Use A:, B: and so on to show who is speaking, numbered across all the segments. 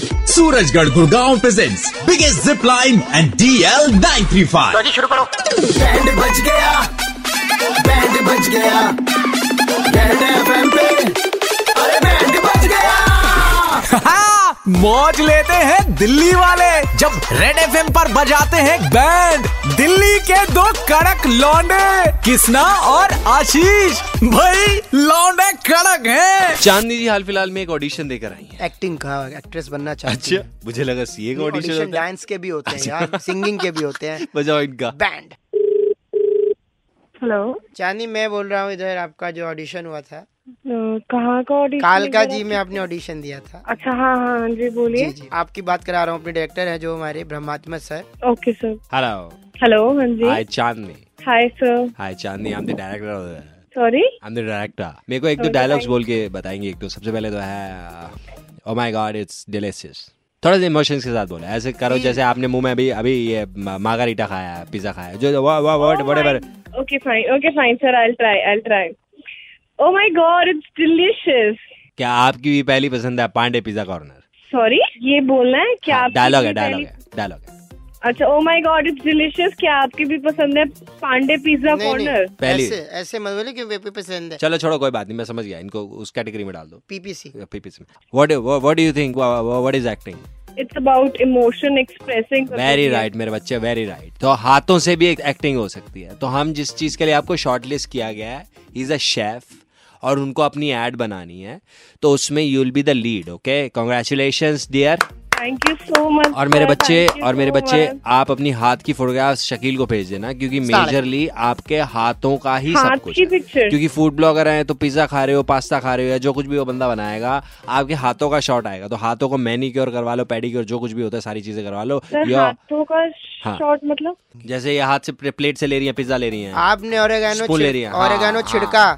A: Surajgarh Gurgaon presents biggest zip line and D L nine three five
B: जी शुरू करो
C: band बज गया बैंड बज गया बैंड एफएम पे अरे बैंड बज गया
D: हाँ, मौज लेते हैं दिल्ली वाले जब रेड एफ पर बजाते हैं बैंड दिल्ली के दो कड़क लौंडे किसना और आशीष भाई लौंडे कड़क हैं
E: चांदनी जी हाल फिलहाल में एक ऑडिशन देकर आई है
F: एक्टिंग का एक्ट्रेस बनना
E: अच्छा,
F: चाहती है
E: मुझे लगा सीए का ऑडिशन
F: ऑडिशन
E: होता है। अच्छा।
F: डांस के भी होते हैं यार सिंगिंग के भी होते हैं
E: बजाओ इनका
F: बैंड
G: हेलो
F: चांदी मैं बोल रहा हूँ इधर आपका जो ऑडिशन हुआ था
G: अ, कहाँ का ऑडिशन
F: कालका जी में आपने ऑडिशन दिया था
G: अच्छा हाँ हाँ हाँ जी बोलिए
F: जी जी आपकी बात करा रहा हूँ अपने डायरेक्टर है जो हमारे ब्रह्मात्मा sir
G: okay sir
E: hello
G: hello हाँ जी
E: hi Chandni
G: hi sir
E: hi Chandni हम द डायरेक्टर
G: सॉरी
E: हम द डायरेक्टर मेरे को एक दो डायलॉग्स बोल के बताएंगे एक तो सबसे पहले तो है uh, oh oh my God it's delicious थोड़ा सा इमोशंस के साथ बोलो ऐसे करो जैसे आपने मुंह में अभी अभी ये मागारीटा खाया है पिज्जा खाया है, जो
G: Oh,
E: whatever
G: okay fine okay fine sir I try I try oh my God it's delicious
E: क्या आपकी भी पहली पसंद है पांडे पिज्जा कॉर्नर
G: सॉरी ये बोलना है क्या आपकी
E: डायलॉग हाँ, है
G: भी
E: डायलॉग
G: पहली-
E: है डायलॉग है
G: अच्छा oh my God it's delicious क्या आपकी भी पसंद है पांडे पिज्जा
F: नहीं, नहीं।
G: कॉर्नर
E: पहली
F: ऐसे ऐसे मत बोले क्यों पेपी पसंद है
E: चलो छोड़ो कोई बात नहीं मैं समझ गया इनको उस कैटेगरी में डाल दो
F: पीपीसी
E: पीपीस में what what do you think what is acting
G: it's about emotion expressing
E: very right मेरे बच्चे वेरी राइट तो हाथों से भी एक एक्टिंग हो सकती है तो हम जिस चीज के लिए आपको शॉर्टलिस्ट किया गया है इज अ शेफ और उनको अपनी एड बनानी है तो उसमें you will be the lead okay congratulation dear
G: thank you so much
E: और मेरे बच्चे और मेरे बच्चे आप अपनी हाथ की फोटोग्राफ शकील को भेज देना क्योंकि मेजरली आपके हाथों का ही
G: हाथ
E: सब कुछ
G: की
E: है।
G: picture।
E: क्योंकि फूड ब्लॉगर हैं तो पिज्जा खा रहे हो पास्ता खा रहे हो या जो कुछ भी वो बंदा बनाएगा आपके हाथों का शॉट आएगा तो हाथों को मैनीक्योर करवा लो पेडिक्योर जो कुछ भी होता है सारी चीजें करवा लो
G: सर
E: या
G: हाथों का
E: हाँ।
G: शॉट मतलब
E: जैसे ये हाथ से प्ले- प्लेट से ले रही है पिज्जा ले रही है
F: आपने ओरेगानो
E: Spoon ले रही है, हाँ,
F: ओरेगानो
E: हाँ।
F: छिड़का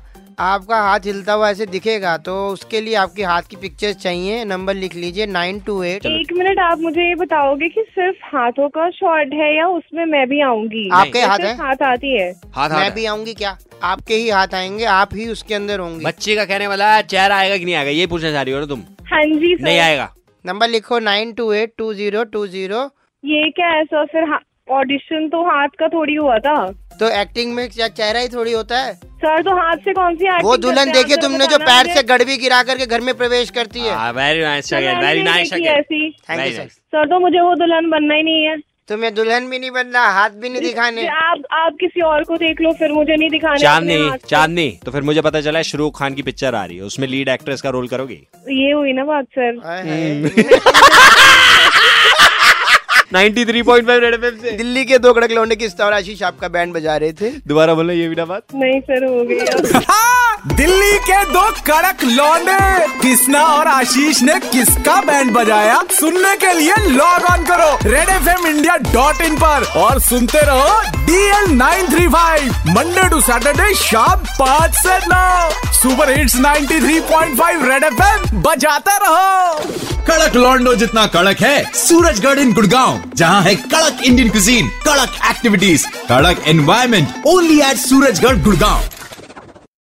F: आपका हाथ हिलता हुआ ऐसे दिखेगा तो उसके लिए आपके हाथ की पिक्चर्स चाहिए नंबर लिख लीजिए नाइन टू एट
G: एक मिनट आप मुझे ये बताओगे कि सिर्फ हाथों का शॉट है या उसमें मैं भी आऊंगी
F: आपके
G: या
F: हाथ
G: सिर्फ
F: हैं?
G: हाथ आती है
E: हाथ हाथ
F: मैं
E: है।
F: भी आऊंगी क्या आपके ही हाथ आएंगे आप ही उसके अंदर होंगे
E: बच्चे का कहने वाला है चेहरा आएगा कि नहीं आएगा ये पूछना चाह रही हो ना तुम
G: हाँ जी
E: नहीं
G: सर
E: आएगा
F: नंबर लिखो nine two eight two zero two zero
G: ये क्या है सर फिर ऑडिशन तो हाथ का थोड़ी हुआ था
F: तो एक्टिंग में क्या चेहरा ही थोड़ी होता है
G: सर तो हाथ से कौन सी acting
F: वो
G: करते
F: दुल्हन
G: हैं?
F: देखे
G: आप जरा
F: तुमने जो
G: बताना
F: पैर
G: मुझे।
F: से गड़बी गिरा करके घर में प्रवेश करती है
E: वेरी नाइस
G: सर, मैंने
E: वेरी
G: नहीं
E: नाइस
G: देखी ऐसी
F: thank you
E: Very
F: sir
E: nice.
G: Sir तो मुझे वो दुल्हन बनना ही नहीं है
F: तुम्हें तो दुल्हन भी नहीं बनना हाथ भी नहीं दिखाने
G: फिर आप आप किसी और को देख लो फिर मुझे नहीं दिखाने
E: चांदनी
G: अपने हाथ को।
E: चांदनी तो फिर मुझे पता चला है शाहरुख खान की पिक्चर आ रही है उसमें लीड एक्ट्रेस का रोल करोगी
G: ये हुई ना बात सर
F: आय हाय।
E: 93.5 रेड एफएम से
F: दिल्ली के दो कड़क लौंडे किस तरह आशीष आपका बैंड बजा रहे थे
E: दोबारा बोलो ये भी ना बात
G: नहीं सर हो गई अब।
D: हाँ, दिल्ली के दो कड़क लौंडे किसना और आशीष ने किसका बैंड बजाया सुनने के लिए लॉग ऑन करो red F M India dot in पर और सुनते रहो DL nine three five Monday to Saturday शाम पाँच से नौ super hits 93.5 three point five red F M बजाते रहो
A: कड़क लॉन्डो जितना कड़क है सूरजगढ़ इन गुड़गांव जहाँ है कड़क इंडियन कुजीन कड़क एक्टिविटीज कड़क environment only at Surajgarh Gurgaon